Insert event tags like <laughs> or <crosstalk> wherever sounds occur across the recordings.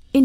verscheen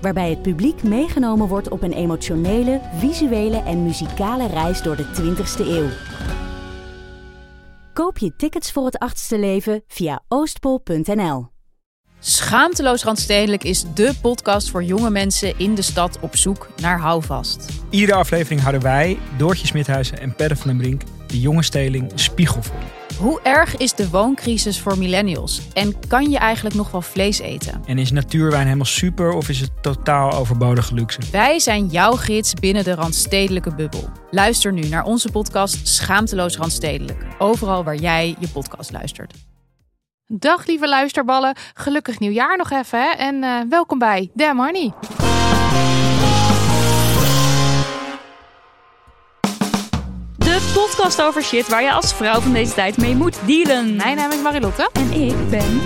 Waarbij het publiek meegenomen wordt op een emotionele, visuele en muzikale reis door de 20ste eeuw. Koop je tickets voor het achtste leven via oostpol.nl. Schaamteloos Randstedelijk is dé podcast voor jonge mensen in de stad op zoek naar houvast. Iedere aflevering houden wij, Doortje Smithuizen en Perre van den Brink, de jonge steling spiegel voor. Hoe erg is de wooncrisis voor millennials? En kan je eigenlijk nog wel vlees eten? En is natuurwijn helemaal super of is het totaal overbodige luxe? Wij zijn jouw gids binnen de Randstedelijke bubbel. Luister nu naar onze podcast Schaamteloos Randstedelijk. Overal waar jij je podcast luistert. Dag lieve luisterballen, gelukkig nieuwjaar nog even hè? en eh, welkom bij Damn Honey. De podcast over shit waar je als vrouw van deze tijd mee moet dealen. Mijn naam is Marilotte. En ik ben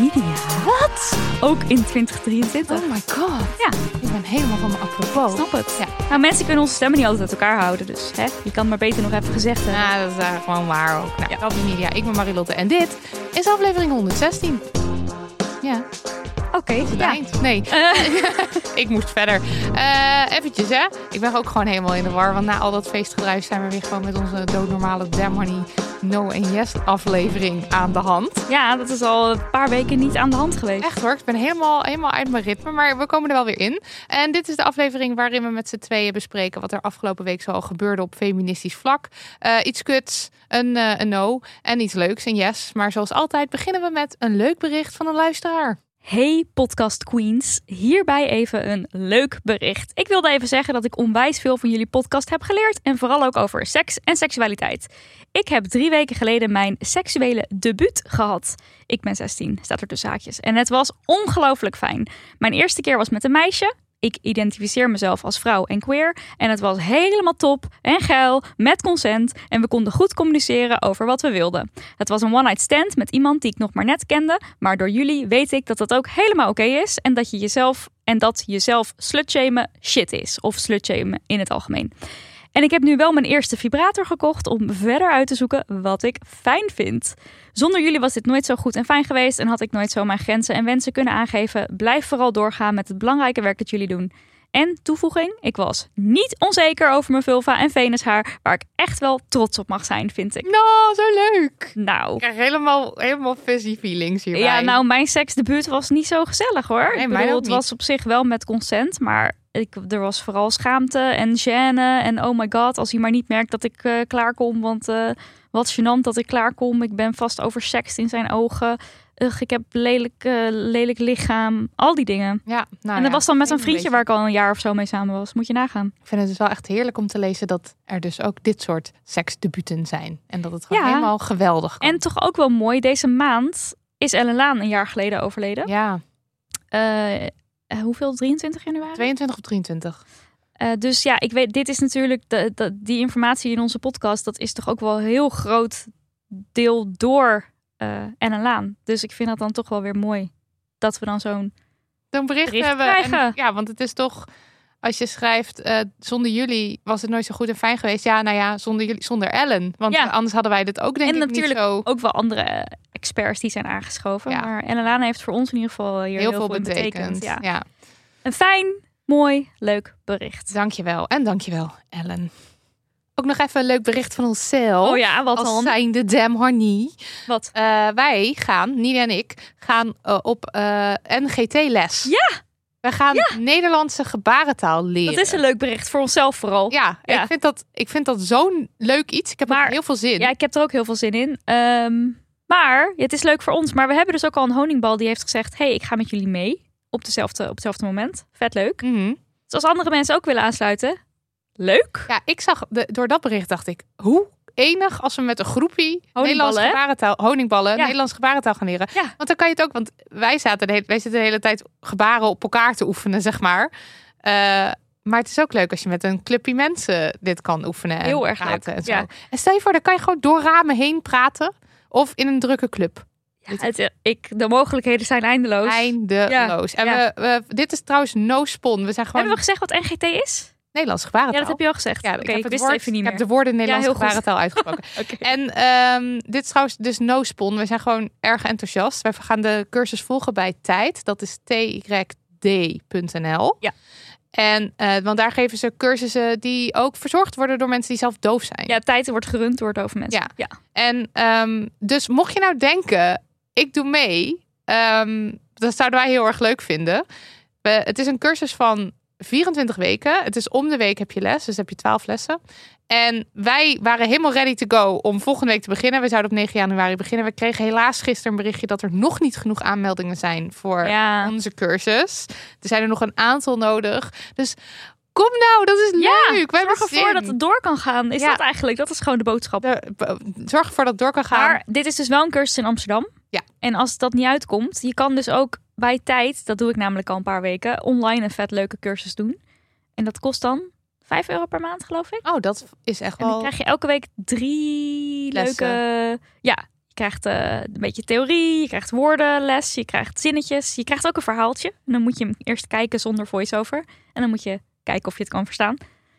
Nidia. Wat? Ook in 2023. Oh my god. Ja. Ik ben helemaal van mijn apropos. Snap het. Ja. Nou, mensen kunnen onze stemmen niet altijd uit elkaar houden, dus hè, je kan het maar beter nog even gezegd hebben. Nou, dat is eh, gewoon waar ook. Nou, dat is Nidia, ik ben Marilotte en dit is aflevering 116. Ja, Ah, Oké, het ja. eind. Nee, <laughs> Eh, <laughs> ik moest verder. Eh eventjes hè, ik ben ook gewoon helemaal in de war, want na al dat feestgedruis zijn we weer gewoon met onze doodnormale Damn Honey No en Yes aflevering aan de hand. ja, dat is al een paar weken niet aan de hand geweest. Echt hoor, ik ben helemaal, helemaal uit mijn ritme, maar we komen er wel weer in. En dit is de aflevering waarin we met z'n tweeën bespreken wat er afgelopen week zoal gebeurde op feministisch vlak. Eh, iets kuts, een, eh, een no en iets leuks, een yes. Maar zoals altijd beginnen we met een leuk bericht van een luisteraar. Hey podcast queens, hierbij even een leuk bericht. Ik wilde even zeggen dat ik onwijs veel van jullie podcast heb geleerd en vooral ook over seks en seksualiteit. Ik heb drie weken geleden mijn seksuele debuut gehad. Ik ben 16, staat er tussen haakjes. En het was ongelooflijk fijn. Mijn eerste keer was met een meisje. Ik identificeer mezelf als vrouw en queer. En het was helemaal top en geil, met consent. En we konden goed communiceren over wat we wilden. Het was een one-night stand met iemand die ik nog maar net kende. Maar door jullie weet ik dat dat ook helemaal oké is. En dat je jezelf en dat jezelf slutshamen shit is. Of slutshamen in het algemeen. En ik heb nu wel mijn eerste vibrator gekocht om verder uit te zoeken wat ik fijn vind. Zonder jullie was dit nooit zo goed en fijn geweest en had ik nooit zo mijn grenzen en wensen kunnen aangeven. Blijf vooral doorgaan met het belangrijke werk dat jullie doen. En toevoeging, ik was niet onzeker over mijn vulva en venushaar, waar ik echt wel trots op mag zijn, vind ik. Nou, zo leuk! Nou, Ik krijg helemaal, helemaal fuzzy feelings hierbij. ja, nou, mijn seksdebuut was niet zo gezellig hoor. Nee, ik mij bedoel, ook het was op zich wel met consent, maar ik, er was vooral schaamte en gêne. En oh my god, als hij maar niet merkt dat ik eh, klaarkom. Want eh, wat gênant dat ik klaarkom. Ik ben vast oversext in zijn ogen. Ugh, ik heb lelijk, eh, lelijk lichaam. Al die dingen. Ja, nou en dat ja, was dan met een een vriendje beetje. waar ik al een jaar of zo mee samen was. Moet je nagaan. Ik vind het dus wel echt heerlijk om te lezen dat er dus ook dit soort seksdebuten zijn. En dat het gewoon Ja. helemaal geweldig kan. En toch ook wel mooi, deze maand is Ellen Laan een jaar geleden overleden. Ja, Eh, eh, hoeveel? 23 januari? 22 of 23. Eh, dus ja, ik weet, dit is natuurlijk de, de- die informatie in onze podcast. Dat is toch ook wel een heel groot deel door eh en een laan. Dus ik vind dat dan toch wel weer mooi. Dat we dan zo'n. een bericht, bericht hebben. En- krijgen. ja, want het is toch, als je schrijft, eh, zonder jullie was het nooit zo goed en fijn geweest. Ja, nou ja, zonder jullie, zonder Ellen. Want Ja. anders hadden wij dit ook denk En ik natuurlijk niet zo ook wel andere eh, experts die zijn aangeschoven. Ja. Maar en Laan heeft voor ons in ieder geval hier heel, veel betekend. ja. Ja. Een fijn, mooi, leuk bericht. dankjewel. En dankjewel, Ellen. Ook nog even een leuk bericht van onszelf. Oh ja, wat Als dan? zijn de Dam Horny. Wat? Eh, wij gaan, Nina en ik, gaan eh, op eh, NGT-les. Ja! We gaan Nederlandse gebarentaal leren. Dat is een leuk bericht voor onszelf vooral. Ja, Ja. Ik, vind dat, ik vind dat zo'n leuk iets. Ik heb er Maar- heel veel zin. Ja, ik heb er ook heel veel zin in. Ehm, maar het is leuk voor ons. Maar we hebben dus ook al een honingbal die heeft gezegd: hey, ik ga met jullie mee. Op, dezelfde, op hetzelfde moment. Vet leuk. Mhm. Dus als andere mensen ook willen aansluiten, leuk. Ja, ik zag de, door dat bericht dacht ik, hoe enig als we met een groepie Nederlandse hè? gebarentaal, honingballen, Ja. Nederlandse gebarentaal gaan leren. Ja. Want dan kan je het ook, want wij zaten de hele, wij zitten de hele tijd gebaren op elkaar te oefenen, zeg maar. Eh, Maar het is ook leuk als je met een clubje mensen dit kan oefenen. En Heel erg praten leuk, En, zo. ja. en stel je voor, dan kan je gewoon door ramen heen praten. Of in een drukke club. Ja, het- ik, de mogelijkheden zijn eindeloos. Eindeloos. en ja. we, we- dit is trouwens no spon. We zijn gewoon Hebben we gezegd wat NGT is? Nederlands Ja, gebarentaal. dat heb je al gezegd. Ja, Oké, ik, het wist woord- het even niet Ik meer. heb de woorden Nederlands Ja, heel goed. gebarentaal uitgesproken. En ehm, dit is trouwens dus no spon. We zijn gewoon erg enthousiast. We gaan de cursus volgen bij Tijd. Dat is tyd.nl. Ja. En, eh, want daar geven ze cursussen die ook verzorgd worden door mensen die zelf doof zijn. Ja, tijd wordt gerund door dove mensen. Ja. En ehm, dus mocht je nou denken, ik doe mee, ehm, dat zouden wij heel erg leuk vinden. We- het is een cursus van 24 weken. Het is om de week heb je les, dus heb je 12 lessen. En wij waren helemaal ready to go om volgende week te beginnen. We zouden op 9 januari beginnen. We kregen helaas gisteren een berichtje dat er nog niet genoeg aanmeldingen zijn voor Ja. onze cursus. Er zijn er nog een aantal nodig. Dus kom nou, dat is Ja, leuk. We hebben Zorg ervoor zin. dat het door kan gaan. Is Ja. dat eigenlijk? Dat is gewoon de boodschap. De- b- Zorg ervoor dat het door kan gaan. Maar dit is dus wel een cursus in Amsterdam. Ja. En als dat niet uitkomt, je kan dus ook bij tijd, dat doe ik namelijk al een paar weken, online een vet leuke cursus doen. En dat kost dan 5 euro per maand, geloof ik. Oh, dat is echt En dan wel. krijg je elke week drie Lessen. leuke... Ja, je krijgt eh, een beetje theorie, je krijgt woordenles, je krijgt zinnetjes. Je krijgt ook een verhaaltje. En dan moet je hem eerst kijken zonder voice-over. En dan moet je kijken of je het kan verstaan.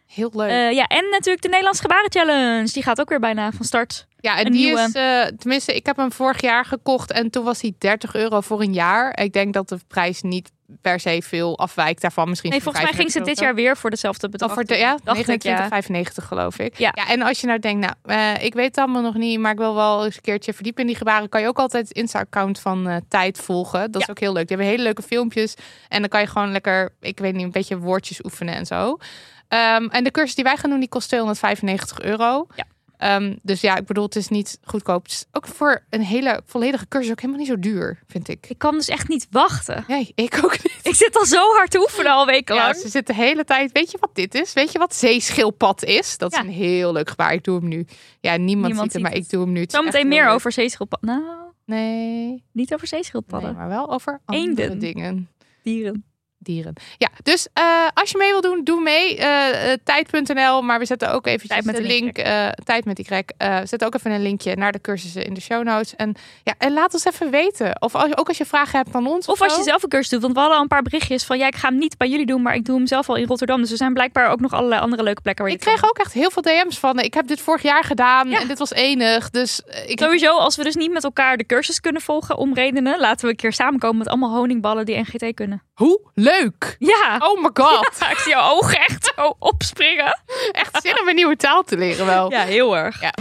Heel leuk. Eh, ja, en natuurlijk de Nederlands Gebaren Challenge. Die gaat ook weer bijna van start. ja, en een die nieuwe. is, eh, tenminste, ik heb hem vorig jaar gekocht en toen was hij 30 euro voor een jaar. Ik denk dat de prijs niet per se veel afwijkt daarvan. Misschien Nee, volgens mij ging ze dit jaar weer voor dezelfde bedrag. Of voor de, doen. ja, dacht ik, ja. 29,95 geloof ik. Ja. en als je nou denkt, nou, eh, ik weet het allemaal nog niet, maar ik wil wel eens een keertje verdiepen in die gebaren, kan je ook altijd het Insta-account van eh, Tijd volgen. Dat is Ja. ook heel leuk. Die hebben hele leuke filmpjes en dan kan je gewoon lekker, ik weet niet, een beetje woordjes oefenen en zo. Ehm, en de cursus die wij gaan doen, die kost 295 euro. Ja. Ehm, dus ja, ik bedoel, het is niet goedkoop. Het is ook voor een hele volledige cursus ook helemaal niet zo duur, vind ik. Ik kan dus echt niet wachten. Nee, ik ook niet. <laughs> Ik zit al zo hard te oefenen al weken Ja, lang. ze zitten de hele tijd. Weet je wat dit is? Weet je wat zeeschildpad is? Dat Ja. is een heel leuk gebaar. Ik doe hem nu. Ja, niemand, ziet het, ziet maar het. ik doe hem nu. Het is Zometeen echt heel meer leuk. over zeeschildpadden. Nou, Nee, niet over nee, zeeschildpadden. maar wel over andere Eenden. dingen. Dieren. Dieren. Ja, dus eh, als je mee wil doen, doe mee. Eh, eh, Tijd.nl, maar we zetten ook eventjes Tijd met de een link. eh, tijd met die crack. Eh, we zetten ook even een linkje naar de cursussen in de show notes. En, ja, en laat ons even weten. Of als, ook als je vragen hebt aan ons. Of als zo. je zelf een cursus doet. Want we hadden al een paar berichtjes van... ja, ik ga hem niet bij jullie doen, maar ik doe hem zelf al in Rotterdam. Dus er zijn blijkbaar ook nog allerlei andere leuke plekken waar je Ik dit kan kreeg ook echt heel veel DM's van. eh, Ik heb dit vorig jaar gedaan Ja. en dit was enig. Dus eh, ik doen. Sowieso, als we dus niet met elkaar de cursus kunnen volgen om redenen... laten we een keer samenkomen met allemaal honingballen die NGT kunnen. Hoe leuk! Ja! Oh my <laughs> god! Ik zie jouw ogen echt zo opspringen. Echt zin om een nieuwe taal te leren wel. Ja, heel erg. Ja.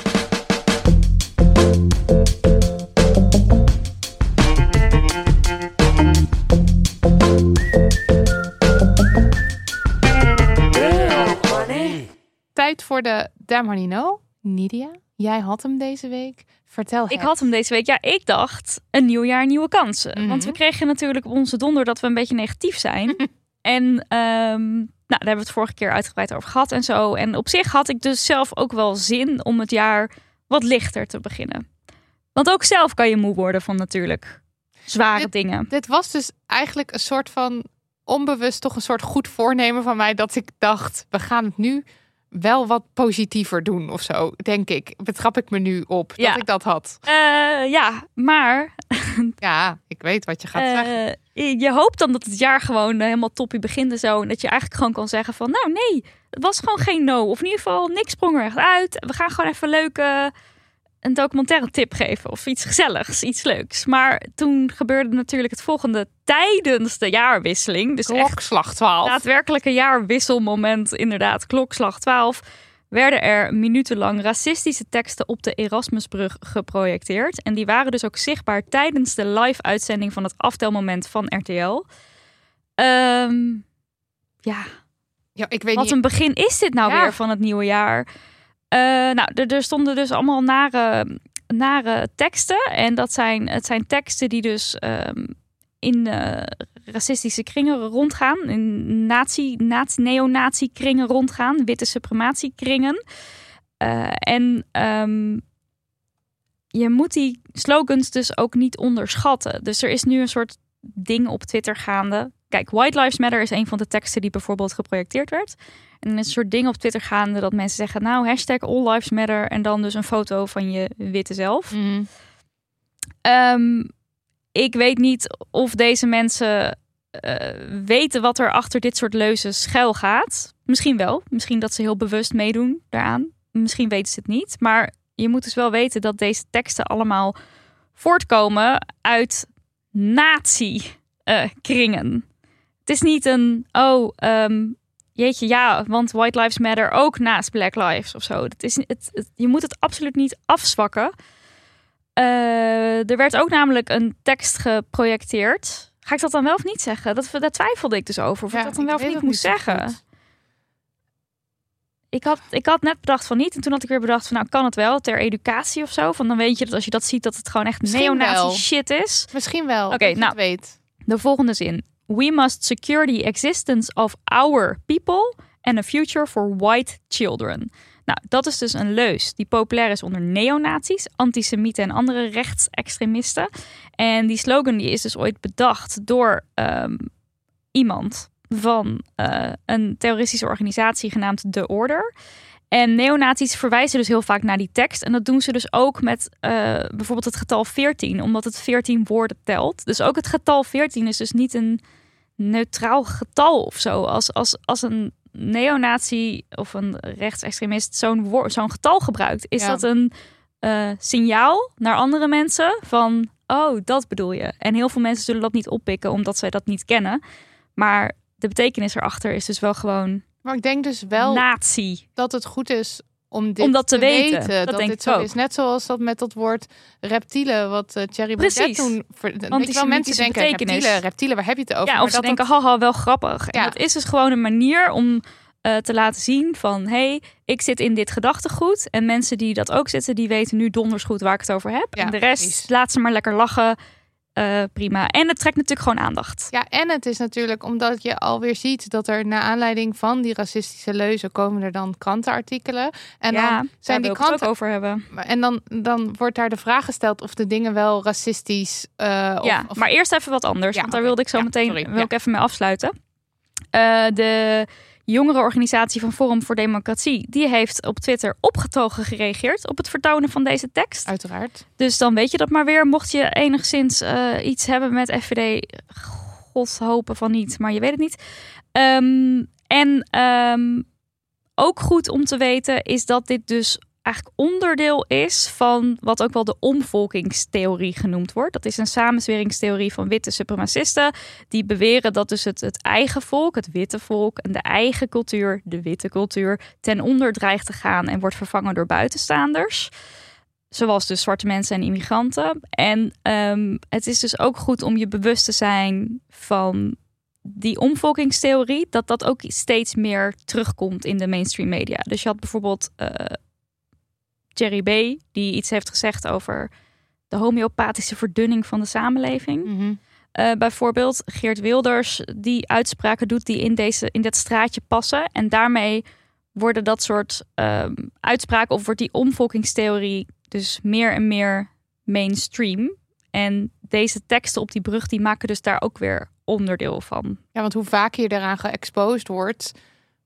Tijd voor de Damn Honey No. Nidia, jij had hem deze week. Vertel Ik het. had hem deze week. Ja, ik dacht een nieuw jaar, nieuwe kansen. Mhm. Want we kregen natuurlijk op onze donder dat we een beetje negatief zijn. en ehm, nou, daar hebben we het vorige keer uitgebreid over gehad en zo. En op zich had ik dus zelf ook wel zin om het jaar wat lichter te beginnen. Want ook zelf kan je moe worden van natuurlijk zware Dit- dingen. Dit was dus eigenlijk een soort van onbewust toch een soort goed voornemen van mij. Dat ik dacht, we gaan het nu wel wat positiever doen of zo. Denk ik. Betrap ik me nu op Ja. dat ik dat had. Eh, ja, maar Ja, ik weet wat je gaat zeggen. Eh, je hoopt dan dat het jaar gewoon eh, helemaal toppie begint en zo. En dat je eigenlijk gewoon kan zeggen van... Nou nee, het was gewoon geen no. Of in ieder geval, niks sprong er echt uit. We gaan gewoon even leuk eh, een documentaire tip geven. Of iets gezelligs, iets leuks. Maar toen gebeurde natuurlijk het volgende tijdens de jaarwisseling. Dus echt Klokslag 12. daadwerkelijke jaarwisselmoment, inderdaad, klokslag 12, werden er minutenlang racistische teksten op de Erasmusbrug geprojecteerd. En die waren dus ook zichtbaar tijdens de live-uitzending van het aftelmoment van RTL. Ehm, ja, Ja, ik weet wat niet. een begin is dit nou Ja. weer van het nieuwe jaar? Eh, nou, er, er stonden dus allemaal nare, nare teksten. En dat zijn, het zijn teksten die dus ehm, in eh, racistische kringen rondgaan. In nazi, nazi, neonazi kringen rondgaan. Witte suprematie kringen. Eh, en ehm, je moet die slogans dus ook niet onderschatten. Dus er is nu een soort ding op Twitter gaande. Kijk, White Lives Matter is een van de teksten die bijvoorbeeld geprojecteerd werd. En er is een soort ding op Twitter gaande dat mensen zeggen, nou, hashtag All Lives Matter en dan dus een foto van je witte zelf. Mhm. Ehm, ik weet niet of deze mensen eh, weten wat er achter dit soort leuzen schuil gaat. Misschien wel. Misschien dat ze heel bewust meedoen daaraan. Misschien weten ze het niet. Maar je moet dus wel weten dat deze teksten allemaal voortkomen uit nazi-kringen. het is niet een, oh, ehm, jeetje, ja, want White Lives Matter ook naast Black Lives of zo. Dat is, het, het- je moet het absoluut niet afzwakken. Eh, er werd ook namelijk een tekst geprojecteerd. Ga ik dat dan wel of niet zeggen? Dat, daar twijfelde ik dus over. Of Ja, ik dat dan ik wel of weet niet het moest zo zeggen. goed. Ik had, ik had net bedacht van niet. En toen had ik weer bedacht van nou kan het wel ter educatie of zo. Van dan weet je dat als je dat ziet dat het gewoon echt Misschien wel. neonazi shit is. Misschien wel. Oké, dat je het nou. weet. De volgende zin. We must secure the existence of our people and a future for white children. Nou, dat is dus een leus die populair is onder neonazies, antisemieten en andere rechtsextremisten. En die slogan die is dus ooit bedacht door ehm, iemand van eh, een terroristische organisatie genaamd De Order. En neonazies verwijzen dus heel vaak naar die tekst. En dat doen ze dus ook met eh, bijvoorbeeld het getal 14, omdat het 14 woorden telt. Dus ook het getal 14 is dus niet een neutraal getal of zo. Als, als, als een neonazi of een rechtsextremist zo'n woor- zo'n getal gebruikt, is Ja. dat een eh, signaal naar andere mensen van, oh, dat bedoel je. En heel veel mensen zullen dat niet oppikken, omdat zij dat niet kennen. Maar de betekenis erachter is dus wel gewoon Maar ik denk dus wel nazi. dat het goed is om dit Om dat te weten. Dat Dat, denk ik dit zo ook. is. Net zoals dat met dat woord reptielen, wat eh, Thierry Precies. Baudet toen... ver- weet je wel, mensen Antisemitische denken, betekenis. reptielen, reptielen, waar heb je het over? Ja, Maar of ze dat denken, haha, wel grappig. En Ja. dat is dus gewoon een manier om eh, te laten zien van... hé, hey, ik zit in dit gedachtegoed. En mensen die dat ook zitten, die weten nu donders goed waar ik het over heb. Ja, en de rest, precies. laat ze maar lekker lachen. Eh, prima. En het trekt natuurlijk gewoon aandacht. Ja, en het is natuurlijk omdat je alweer ziet dat er naar aanleiding van die racistische leuzen komen er dan krantenartikelen. En Ja, dan Daar zijn wil die ik het kranten. ook over hebben. En dan, dan wordt daar de vraag gesteld of de dingen wel racistisch. eh of- ja, of, maar eerst even wat anders. Ja, want daar oké. wilde ik zo Ja, meteen sorry. wil Ja. ik even mee afsluiten. Eh, de jongerenorganisatie van Forum voor Democratie... die heeft op Twitter opgetogen gereageerd... op het vertonen van deze tekst. Uiteraard. Dus dan weet je dat maar weer. Mocht je enigszins eh, iets hebben met FVD, god hopen van niet, maar je weet het niet. Ehm, en ehm, ook goed om te weten is dat dit dus eigenlijk onderdeel is van wat ook wel de omvolkingstheorie genoemd wordt. Dat is een samenzweringstheorie van witte supremacisten die beweren dat dus het, het eigen volk, het witte volk en de eigen cultuur, de witte cultuur, ten onder dreigt te gaan en wordt vervangen door buitenstaanders. Zoals dus zwarte mensen en immigranten. En ehm, het is dus ook goed om je bewust te zijn van die omvolkingstheorie, dat dat ook steeds meer terugkomt in de mainstream media. Dus je had bijvoorbeeld eh Jerry B., die iets heeft gezegd over de homeopathische verdunning van de samenleving. Mhm. Eh, bijvoorbeeld Geert Wilders die uitspraken doet die in, deze, in dit straatje passen. En daarmee worden dat soort ehm, uitspraken of wordt die omvolkingstheorie dus meer en meer mainstream. En deze teksten op die brug die maken dus daar ook weer onderdeel van. Ja, want hoe vaker je eraan geëxposed wordt,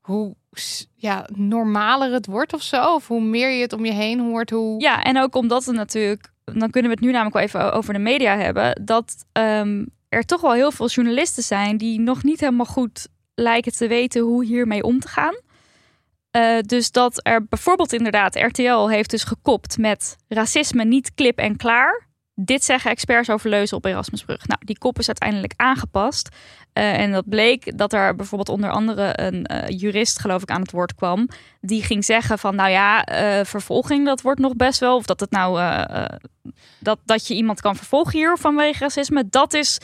hoe s- ja, normaler het wordt of zo. Of hoe meer je het om je heen hoort, hoe. Ja, en ook omdat het natuurlijk, dan kunnen we het nu namelijk wel even over de media hebben, dat ehm, er toch wel heel veel journalisten zijn die nog niet helemaal goed lijken te weten hoe hiermee om te gaan. Eh, dus dat er bijvoorbeeld inderdaad, RTL heeft dus gekopt met racisme niet klip en klaar. Dit zeggen experts over leuzen op Erasmusbrug. Nou, die kop is uiteindelijk aangepast. Eh, en dat bleek dat er bijvoorbeeld onder andere een eh, jurist, geloof ik, aan het woord kwam die ging zeggen van nou ja, eh, vervolging dat wordt nog best wel. Of dat het nou eh, eh, dat, dat je iemand kan vervolgen hier vanwege racisme. Dat is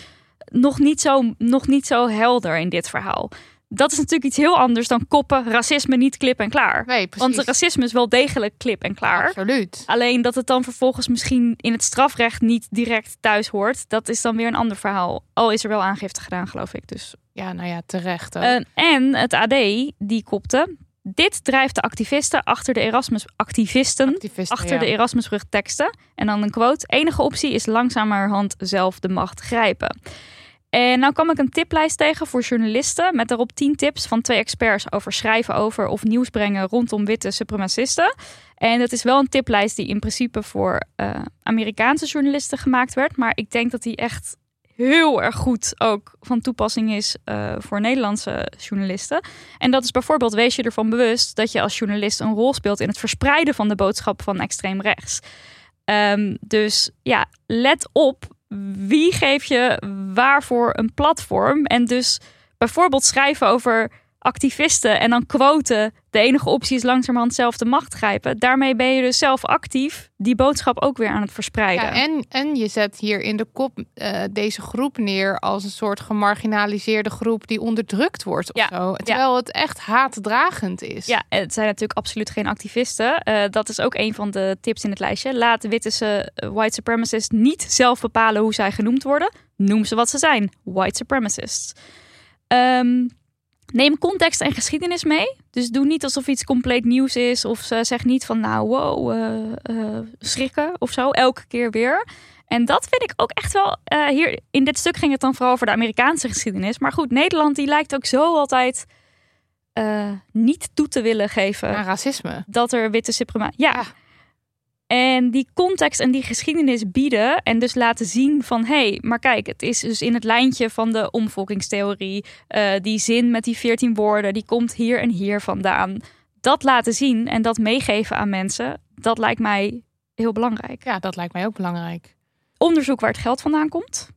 nog niet, zo, nog niet zo helder in dit verhaal. Dat is natuurlijk iets heel anders dan koppen racisme niet klip en klaar. Nee, precies. Want racisme is wel degelijk klip en klaar. Absoluut. Alleen dat het dan vervolgens misschien in het strafrecht niet direct thuis hoort, dat is dan weer een ander verhaal. Al is er wel aangifte gedaan, geloof ik. Dus Ja, nou ja, terecht. Ook. eh, en het AD die kopte. Dit drijft de activisten achter de Erasmus activisten Activisten, achter ja. de Erasmusbrug teksten. En dan een quote: enige optie is langzamerhand zelf de macht grijpen. En nou kwam ik een tiplijst tegen voor journalisten met daarop 10 tips van twee experts over schrijven over of nieuws brengen rondom witte supremacisten. En dat is wel een tiplijst die in principe voor eh, Amerikaanse journalisten gemaakt werd, maar ik denk dat die echt heel erg goed ook van toepassing is eh, voor Nederlandse journalisten. En dat is bijvoorbeeld wees je ervan bewust dat je als journalist een rol speelt in het verspreiden van de boodschap van extreem rechts. Ehm, dus ja, let op wie geef je waarvoor een platform. En dus bijvoorbeeld schrijven over activisten en dan quoten. De enige optie is langzamerhand zelf de macht grijpen. Daarmee ben je dus zelf actief die boodschap ook weer aan het verspreiden. Ja, en, en je zet hier in de kop eh, deze groep neer als een soort gemarginaliseerde groep die onderdrukt wordt of Ja, zo. Terwijl het echt haatdragend is. Ja, het zijn natuurlijk absoluut geen activisten. Eh, dat is ook een van de tips in het lijstje. Laat witte ze, white supremacists niet zelf bepalen hoe zij genoemd worden. Noem ze wat ze zijn. White supremacists. Ehm, neem context en geschiedenis mee. Dus doe niet alsof iets compleet nieuws is. Of ze zeg niet van nou wow, eh, eh, schrikken of zo. Elke keer weer. En dat vind ik ook echt wel. eh, hier in dit stuk ging het dan vooral over de Amerikaanse geschiedenis. Maar goed, Nederland die lijkt ook zo altijd eh, niet toe te willen geven Aan racisme. dat er witte suprema. Ja. Ja. En die context en die geschiedenis bieden. En dus laten zien van hé, hey, maar kijk, het is dus in het lijntje van de omvolkingstheorie. eh, die zin met die veertien woorden, die komt hier en hier vandaan. Dat laten zien en dat meegeven aan mensen, dat lijkt mij heel belangrijk. Ja, dat lijkt mij ook belangrijk. Onderzoek waar het geld vandaan komt.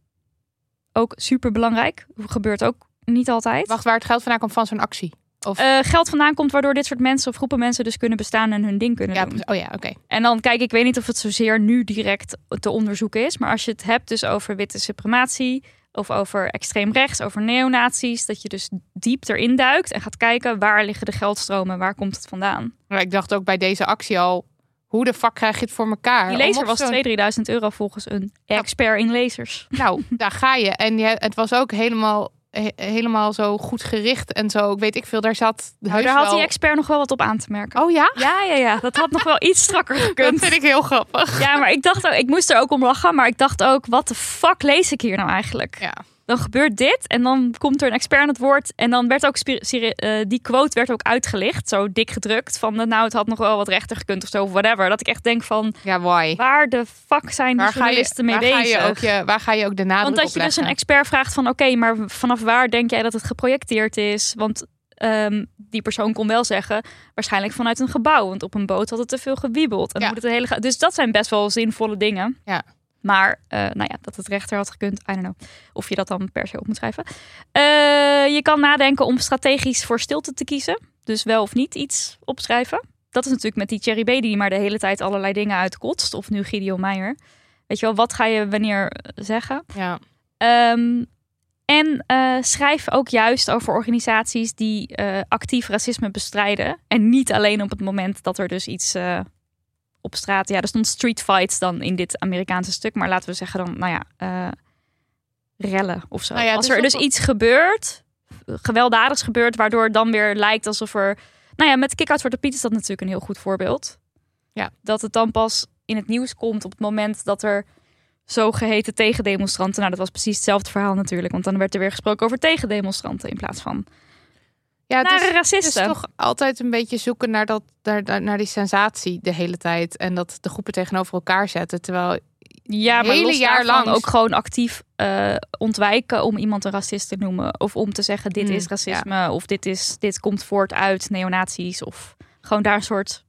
Ook super belangrijk. Gebeurt ook niet altijd. Wacht, waar het geld vandaan komt van zo'n actie? Of, Eh, geld vandaan komt waardoor dit soort mensen of groepen mensen dus kunnen bestaan en hun ding kunnen ja, doen. precies. oh ja, oké. En dan kijk, ik weet niet of het zozeer nu direct te onderzoeken is. Maar als je het hebt dus over witte suprematie of over extreem rechts, over neonazies. Dat je dus diep erin duikt en gaat kijken waar liggen de geldstromen, waar komt het vandaan. Maar ik dacht ook bij deze actie al, hoe de fuck krijg je het voor elkaar? Die Om laser op was zo'n- 2.000, 3.000 euro volgens een expert in lasers. Nou, daar ga je. En je- het was ook helemaal, he- helemaal zo goed gericht en zo. Ik weet ik veel, daar zat Maar Nou, heus daar had wel- die expert nog wel wat op aan te merken. Oh ja? Ja, ja, ja. <laughs> Dat had nog wel iets strakker Dat gekund. vind ik heel grappig. Ja, maar ik dacht ook, ik moest er ook om lachen. Maar ik dacht ook, wat de fuck lees ik hier nou eigenlijk? Ja. dan gebeurt dit en dan komt er een expert aan het woord. En dan werd ook spi- siri- eh, die quote werd ook uitgelicht, zo dik gedrukt. Van eh, nou, het had nog wel wat rechter gekund of zo, of whatever. Dat ik echt denk van, Ja, why? waar de fuck zijn die Waar ga, je, journalisten mee waar, bezig? ga je ook je, waar ga je ook de nadruk Want dat op je dus leggen? een expert vraagt van, oké, maar vanaf waar denk jij dat het geprojecteerd is? Want ehm, die persoon kon wel zeggen, waarschijnlijk vanuit een gebouw. Want op een boot had het te veel gewiebeld. En Ja. hoe het hele ge- dus dat zijn best wel zinvolle dingen. Ja. Maar, eh, nou ja, dat het rechter had gekund, I don't know. Of je dat dan per se op moet schrijven. Eh, je kan nadenken om strategisch voor stilte te kiezen. Dus wel of niet iets opschrijven. Dat is natuurlijk met die Cherry B die maar de hele tijd allerlei dingen uitkotst. Of nu Gideon Meijer. Weet je wel, wat ga je wanneer eh, zeggen? Ja. Ehm, en eh, schrijf ook juist over organisaties die eh, actief racisme bestrijden. En niet alleen op het moment dat er dus iets eh, op straat. Ja, er stond street fights dan in dit Amerikaanse stuk. Maar laten we zeggen dan, nou ja, eh, rellen of zo. Nou ja, Als dus er dus dat- iets gebeurt, gewelddadigs gebeurt, waardoor het dan weer lijkt alsof er. Nou ja, met Kick-Out voor de Piet is dat natuurlijk een heel goed voorbeeld. Ja. Dat het dan pas in het nieuws komt op het moment dat er zogeheten tegendemonstranten. Nou, dat was precies hetzelfde verhaal natuurlijk. Want dan werd er weer gesproken over tegendemonstranten in plaats van Ja, het naar is- Het is racisten. toch altijd een beetje zoeken naar, dat, naar, naar- naar die sensatie de hele tijd. En dat de groepen tegenover elkaar zetten. Terwijl, ja, maar hele los jaar daarvan lang. ook gewoon actief eh, ontwijken om iemand een racist te noemen. Of om te zeggen dit Hmm, is racisme. Of dit, is, dit komt voort uit neonazies. Of gewoon daar een soort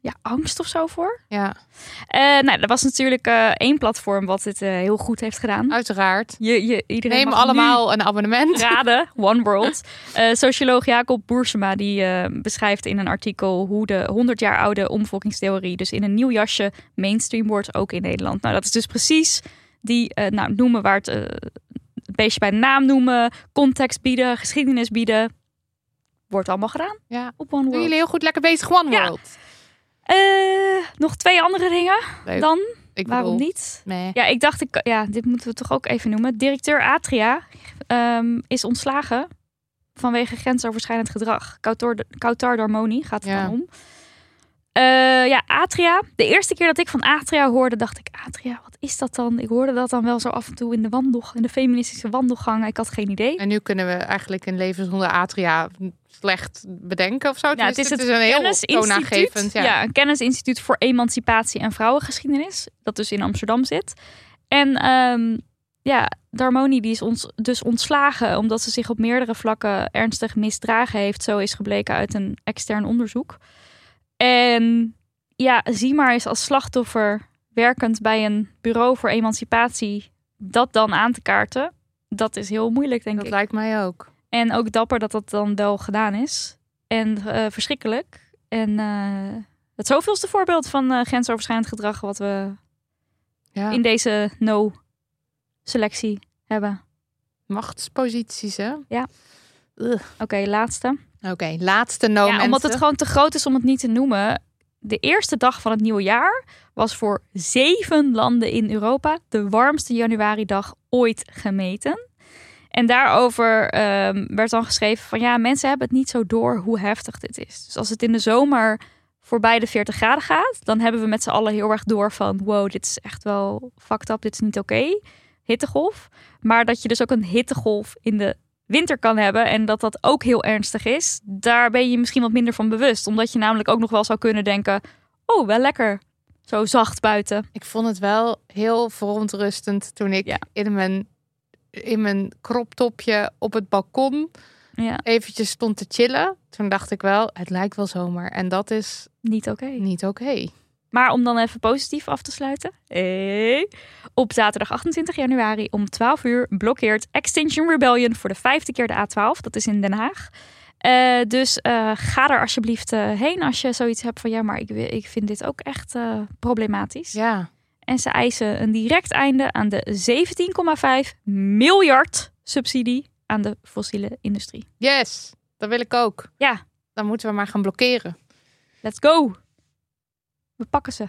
ja, angst of zo voor. ja, Eh, nou, er was natuurlijk eh, één platform wat dit eh, heel goed heeft gedaan. uiteraard. Je, je, iedereen Oh. Neem mag nu allemaal een abonnement. raden, One World. Eh, socioloog Jacob Boersema die eh, beschrijft in een artikel hoe de 100 jaar oude omvolkingstheorie dus in een nieuw jasje mainstream wordt, ook in Nederland. Nou, dat is dus precies die, eh, nou, noemen waar het, eh, het beestje bij de naam noemen, context bieden, geschiedenis bieden. Wordt allemaal gedaan Ja. op One Doen World. jullie heel goed lekker bezig, One Ja. World. Eh, nog twee andere dingen Leuk. dan? Ik Waarom bedoel, niet? meh. Ja, ik dacht, ik, ja, dit moeten we toch ook even noemen. Directeur Atria ehm, is ontslagen vanwege grensoverschrijdend gedrag. Kautar Darmoni gaat het Ja. dan om. Eh, ja, Atria. De eerste keer dat ik van Atria hoorde, dacht ik, Atria, wat is dat dan? Ik hoorde dat dan wel zo af en toe in de wandel, in de feministische wandelgangen. Ik had geen idee. En nu kunnen we eigenlijk een leven zonder atria slecht bedenken of zo. Ja, Tenminste, het is een heel toonaangevend. Ja. een kennisinstituut voor emancipatie en vrouwengeschiedenis. Dat dus in Amsterdam zit. En ehm ja, Darmoni die is ons dus ontslagen omdat ze zich op meerdere vlakken ernstig misdragen heeft. Zo is gebleken uit een extern onderzoek. En ja, Zima is als slachtoffer werkend bij een bureau voor emancipatie dat dan aan te kaarten. Dat is heel moeilijk, denk Dat ik. lijkt mij ook. En ook dapper dat dat dan wel gedaan is. En eh, verschrikkelijk. En eh, het zoveelste voorbeeld van eh, grensoverschrijdend gedrag wat we Ja. in deze no-selectie hebben. Machtsposities, hè? Oké, laatste. Oké, laatste no ja, omdat mensen. het gewoon te groot is om het niet te noemen. De eerste dag van het nieuwe jaar was voor zeven landen in Europa de warmste januaridag ooit gemeten. En daarover ehm, werd dan geschreven van ja, mensen hebben het niet zo door hoe heftig dit is. Dus als het in de zomer voorbij de 40 graden gaat, dan hebben we met z'n allen heel erg door van wow, dit is echt wel fucked up, dit is niet oké. Hittegolf. Maar dat je dus ook een hittegolf in de winter kan hebben en dat dat ook heel ernstig is, daar ben je misschien wat minder van bewust. Omdat je namelijk ook nog wel zou kunnen denken: oh, wel lekker. Zo zacht buiten. Ik vond het wel heel verontrustend toen ik Ja. in mijn in mijn kroptopje op het balkon Ja, eventjes stond te chillen. Toen dacht ik wel, het lijkt wel zomer. En dat is niet oké. niet oké. Maar om dan even positief af te sluiten. eh, Op zaterdag 28 januari om 12 uur blokkeert Extinction Rebellion voor de vijfde keer de A12. Dat is in Den Haag. Eh, dus eh, ga er alsjeblieft eh, heen als je zoiets hebt van ja, maar ik, wi- ik vind dit ook echt eh, problematisch. Ja, En ze eisen een direct einde aan de 17,5 miljard subsidie aan de fossiele industrie. yes, dat wil ik ook. Ja. Dan moeten we maar gaan blokkeren. Let's go! We pakken ze.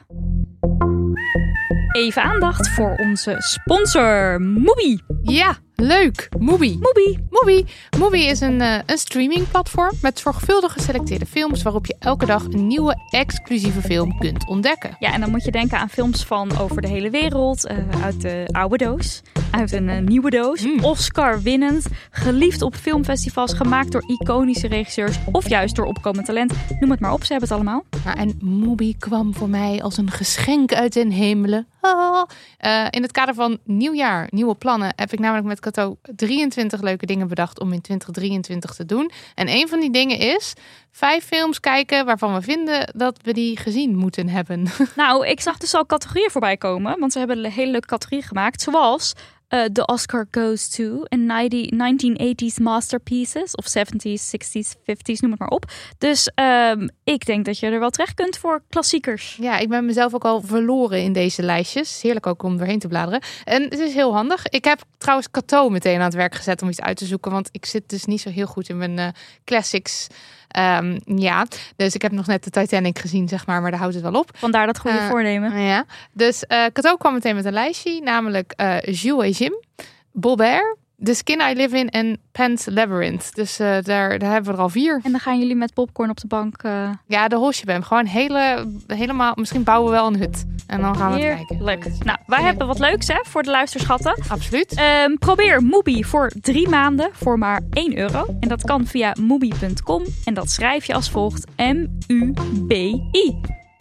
Even aandacht voor onze sponsor, Mubi. Ja, leuk. Moebie. Mubi, Movie. Movie is een, eh, een streamingplatform met zorgvuldig geselecteerde films waarop je elke dag een nieuwe exclusieve film kunt ontdekken. Ja, en dan moet je denken aan films van over de hele wereld. eh, uit de oude doos, uit een eh, nieuwe doos. Mm. Oscar winnend, geliefd op filmfestivals, gemaakt door iconische regisseurs of juist door opkomend talent. Noem het maar op, ze hebben het allemaal. Nou, en Movie kwam voor mij als een geschenk uit den hemelen. Ah. Eh, in het kader van nieuwjaar, nieuwe plannen, heb ik namelijk met Cato 23 leuke dingen bedacht om in 2023 te doen. En een van die dingen is vijf films kijken waarvan we vinden dat we die gezien moeten hebben. Nou, ik zag dus al categorieën voorbij komen, want ze hebben een hele leuke categorie gemaakt, zoals eh The Oscar Goes To en 90 1980s Masterpieces, of 70s, 60s, 50s, noem het maar op. Dus ehm, ik denk dat je er wel terecht kunt voor klassiekers. Ja, ik ben mezelf ook al verloren in deze lijstjes. Heerlijk ook om doorheen te bladeren. En het is heel handig. Ik heb trouwens Cato meteen aan het werk gezet om iets uit te zoeken. Want ik zit dus niet zo heel goed in mijn eh, classics. Ehm, ja, dus ik heb nog net de Titanic gezien, zeg maar. Maar daar houdt het wel op. Vandaar dat goede Eh, voornemen. Ja. Dus eh Cato kwam meteen met een lijstje. Namelijk eh Jules et Jim, Bobert, The Skin I Live In en Pan's Labyrinth. Dus eh, daar, daar hebben we er al vier. En dan gaan jullie met popcorn op de bank. eh Ja, de Hosjebem. Gewoon hele, helemaal... Misschien bouwen we wel een hut. En dan gaan we het kijken. heerlijk. Nou, wij hebben wat leuks hè, voor de luisterschatten. Absoluut. Ehm, probeer Mubi voor drie maanden voor maar 1 euro. En dat kan via mubi.com. En dat schrijf je als volgt. M-U-B-I.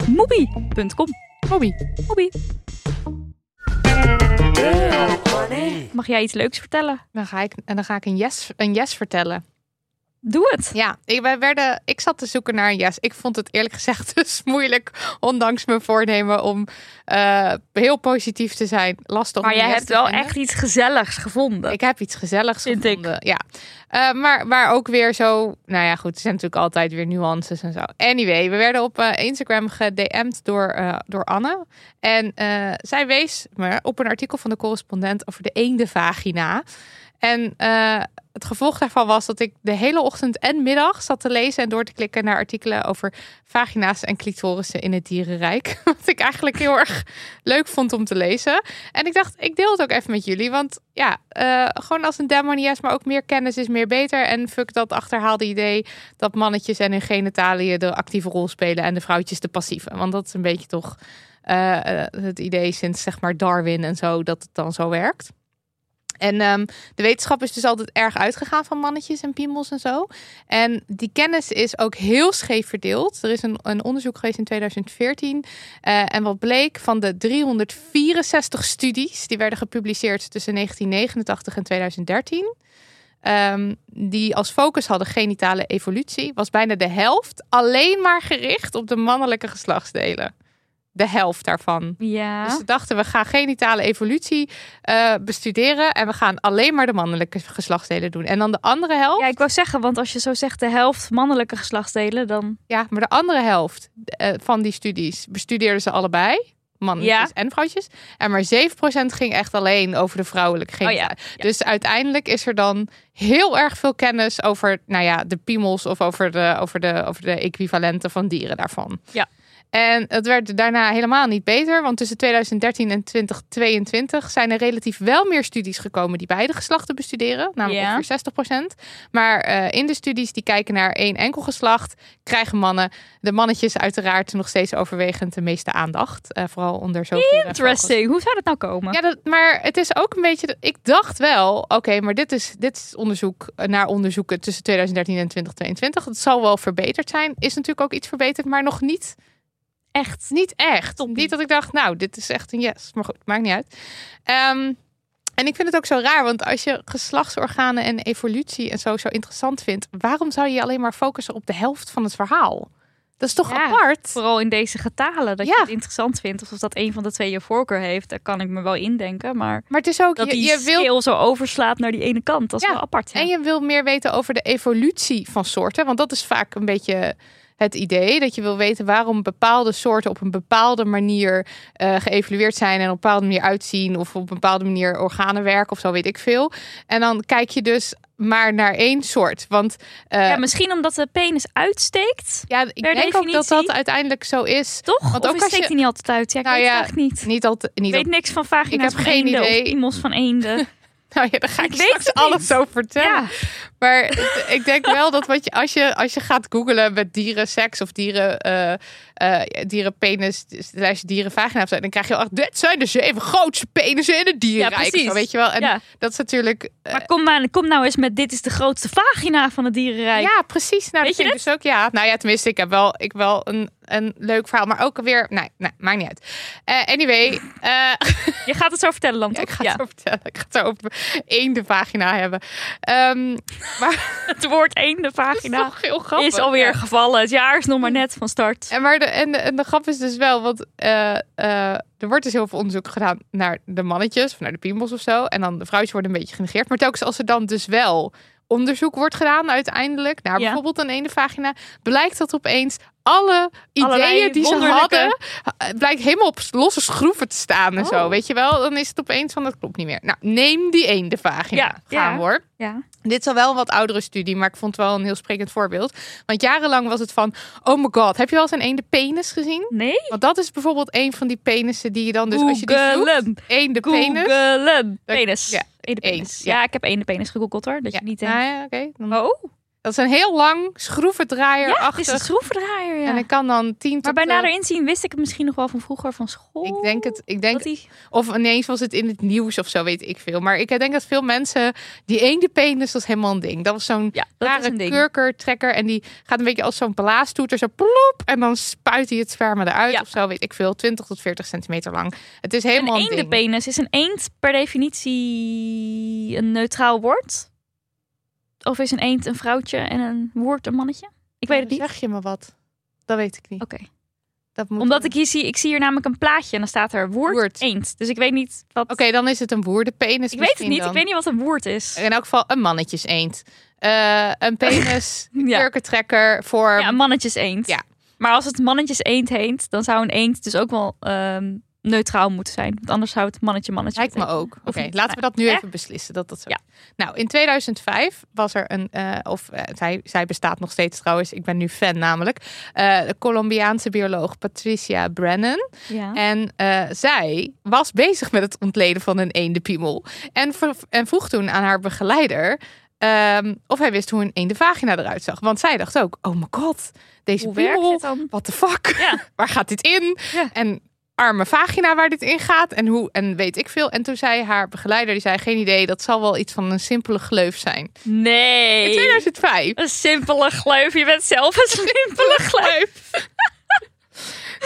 Mubi.com. Hobby. Mubi. Mag jij iets leuks vertellen? Dan ga ik, en dan ga ik een yes, een yes vertellen. Doe het. Ja, ik, wij werden, ik zat te zoeken naar een yes. Ik vond het eerlijk gezegd <laughs> dus moeilijk, ondanks mijn voornemen om eh, heel positief te zijn. Lastig. om Maar een jij yes hebt te wel vinden. echt iets gezelligs gevonden. Ik heb iets gezelligs Vind ik. gevonden. Ja. Eh, maar, maar ook weer zo... Nou ja, goed. Er zijn natuurlijk altijd weer nuances en zo. Anyway, we werden op eh, Instagram gedm'd door, eh, door Anne. En eh, zij wees me op een artikel van de correspondent over de eendevagina. En eh, het gevolg daarvan was dat ik de hele ochtend en middag zat te lezen en door te klikken naar artikelen over vagina's en clitorissen in het dierenrijk. <laughs> Wat ik eigenlijk heel erg leuk vond om te lezen. En ik dacht, ik deel het ook even met jullie. Want ja, eh, gewoon als een demonias, maar ook meer kennis is meer beter. En fuck dat achterhaalde idee dat mannetjes en hun genitaliën de actieve rol spelen en de vrouwtjes de passieve. Want dat is een beetje toch eh, eh, het idee sinds zeg maar Darwin en zo, dat het dan zo werkt. En ehm, de wetenschap is dus altijd erg uitgegaan van mannetjes en piemels en zo. En die kennis is ook heel scheef verdeeld. Er is een, een onderzoek geweest in 2014. eh, en wat bleek van de 364 studies die werden gepubliceerd tussen 1989 en 2013. ehm, die als focus hadden genitale evolutie, was bijna de helft alleen maar gericht op de mannelijke geslachtsdelen. De helft daarvan. Dus Ja. ze dachten, we gaan genitale evolutie eh, bestuderen. En we gaan alleen maar de mannelijke geslachtsdelen doen. En dan de andere helft. ja, Ja, ik wou zeggen, want als je zo zegt de helft mannelijke geslachtsdelen, dan... maar de andere helft eh, van die studies bestudeerden ze allebei. Mannetjes Ja. en vrouwtjes. En maar 7% ging echt alleen over de vrouwelijke Oh genitale. ja, Dus uiteindelijk is er dan heel erg veel kennis over, nou ja, de piemels of over de, over de, over de equivalenten van dieren daarvan. Ja. En het werd daarna helemaal niet beter, want tussen 2013 en 2022 zijn er relatief wel meer studies gekomen die beide geslachten bestuderen, namelijk Ja. ongeveer 60%. Maar eh, in de studies die kijken naar één enkel geslacht, krijgen mannen, de mannetjes uiteraard nog steeds overwegend de meeste aandacht, eh, vooral onder zo'n Interesting. Hoe zou dat nou komen? ja, dat, maar het is ook een beetje. dat- Ik dacht wel, oké, maar dit is, dit is onderzoek eh, naar onderzoeken tussen 2013 en 2022. Het zal wel verbeterd zijn. Is natuurlijk ook iets verbeterd, maar nog niet, Echt. niet echt. Toppie. Niet dat ik dacht, nou, dit is echt een yes. Maar goed, maakt niet uit. Ehm, en ik vind het ook zo raar, want als je geslachtsorganen en evolutie en zo zo interessant vindt, waarom zou je je alleen maar focussen op de helft van het verhaal? Dat is toch Ja. apart? Vooral in deze getalen, dat Ja. je het interessant vindt. Of of dat een van de twee je voorkeur heeft, daar kan ik me wel indenken. Maar Maar het is ook, dat je, die je wilt scale zo overslaat naar die ene kant, dat is Ja, wel apart. ja. En je wil meer weten over de evolutie van soorten. Want dat is vaak een beetje het idee. Dat je wil weten waarom bepaalde soorten op een bepaalde manier eh, geëvolueerd zijn. En op een bepaalde manier uitzien. Of op een bepaalde manier organen werken. Of zo weet ik veel. En dan kijk je dus maar naar één soort. Want eh, Ja, misschien omdat de penis uitsteekt, ja, ik denk ook dat dat definitie. uiteindelijk zo is. toch? Want of ook is als steekt je- hij niet altijd uit? Ja, ik Nou weet ja, het echt niet. Niet dat. Niet Ik weet dat niks van vagina's Ik heb van geen eenden idee. of piemels van <laughs> eenden. nou ja, daar ga ik, Ik weet straks het niet. alles over vertellen. ja, Maar <laughs> het- ik denk wel dat wat je, als, je, als je gaat googlen met dierenseks of dieren, eh eh dierenpenis, slash dierenvagina, of zo, dan krijg je al echt, dit zijn de zeven grootste penissen in het dierenrijk. of zo, precies. weet je wel? En ja. dat is natuurlijk... eh, Maar kom, maar kom nou eens met dit is de grootste vagina van het dierenrijk. ja, precies. Nou, Weet dat je vind ik dus ook, ja. Nou ja, tenminste, ik heb wel, ik wel een, een leuk verhaal, maar ook weer... Nee, nee maakt niet uit. Eh, anyway, eh, <laughs> Je gaat het zo vertellen, dan ja, toch? ik ga Ja. het zo vertellen. Ik ga het zo over één de vagina hebben. Ehm Het woord dat is eendenvagina toch <laughs> heel grappig. is alweer ja. gevallen. Het jaar is nog maar net van start. En, maar de, en, de, en de grap is dus wel, want eh, eh, er wordt dus heel veel onderzoek gedaan naar de mannetjes, of naar de piemels of zo. En dan de vrouwtjes worden een beetje genegeerd. Maar telkens als er dan dus wel onderzoek wordt gedaan uiteindelijk, naar Ja. bijvoorbeeld een ene vagina, blijkt dat opeens alle Allerlei ideeën die ze wonderlijke- hadden, eh, blijkt helemaal op losse schroeven te staan en Oh. zo. Weet je wel, dan is het opeens van, dat klopt niet meer. Nou, neem die eende vagina. Ja, Gaan ja. hoor. Ja. Dit is al wel een wat oudere studie, maar ik vond het wel een heel sprekend voorbeeld. Want jarenlang was het van, oh my god, heb je wel eens een eende penis gezien? Nee? Want dat is bijvoorbeeld een van die penissen die je dan dus als je die zoekt, Googelen. eende penis. Googelen. Dat- Penis. ja, Eendenpenis. eens, ja. Ja, ik heb eendenpenis gegoogeld hoor. Dat Ja, je niet eh, nou denkt... ja, oké. Dan- Oh, Dat is een heel lang ja, het schroevendraaierachtig. is een schroevendraaier, ja. En ik kan dan tien Maar tot... bij eh, nader inzien wist ik het misschien nog wel van vroeger van school. Ik denk het, ik denk, Dat die... of ineens was het in het nieuws of zo, weet ik veel. Maar ik denk dat veel mensen, die eende penis was helemaal een ding. Dat was zo'n Ja, dat is rare een ding. kurkertrekker. En die gaat een beetje als zo'n blaastoeter. Zo plop. En dan spuit hij het sperma eruit Ja. of zo. Weet ik veel. 20 tot 40 centimeter lang. Het is Een helemaal een, ding. eendenpenis. Is een eend per definitie een neutraal woord? Of is een eend een vrouwtje en een woord een mannetje? Ik weet het niet. Zeg je me wat? Dat weet ik niet. Oké. Dat moet Omdat ik hier zie, ik zie hier namelijk een plaatje en dan staat er woord, Woord. eend. Dus ik weet niet wat... Oké, dan is het een woerdenpenis ik weet het misschien niet. dan. Ik weet niet wat een woord is. In elk geval een mannetjes eend. Eh, een <laughs> penis, Ja. kurkentrekker voor... Ehm, Ja, een mannetjes eend. Ja. Maar als het mannetjes eend heet, dan zou een eend dus ook wel ehm, neutraal moeten zijn. Want anders zou het mannetje mannetje Lijkt me betekenen. ook. Oké, Of niet? laten we dat nu Hè? even beslissen. Dat dat zo. Ja. Nou, in 2005 was er een, eh, of eh, zij, zij bestaat nog steeds trouwens, ik ben nu fan namelijk, eh, de Colombiaanse bioloog Patricia Brennan. Ja. En eh, zij was bezig met het ontleden van een eendenpiemel. En, vro- en vroeg toen aan haar begeleider ehm, of hij wist hoe een eendenvagina eruit zag. Want zij dacht ook, oh my god, deze Hoe werkt piemel, het dan? what the fuck? Ja. <laughs> waar gaat dit in? Ja. En arme vagina waar dit in gaat en hoe en weet ik veel. En toen zei haar begeleider, die zei geen idee, dat zal wel iets van een simpele gleuf zijn. In Nee. 2005. Een simpele gleuf. Je bent zelf een <laughs> simpele gleuf.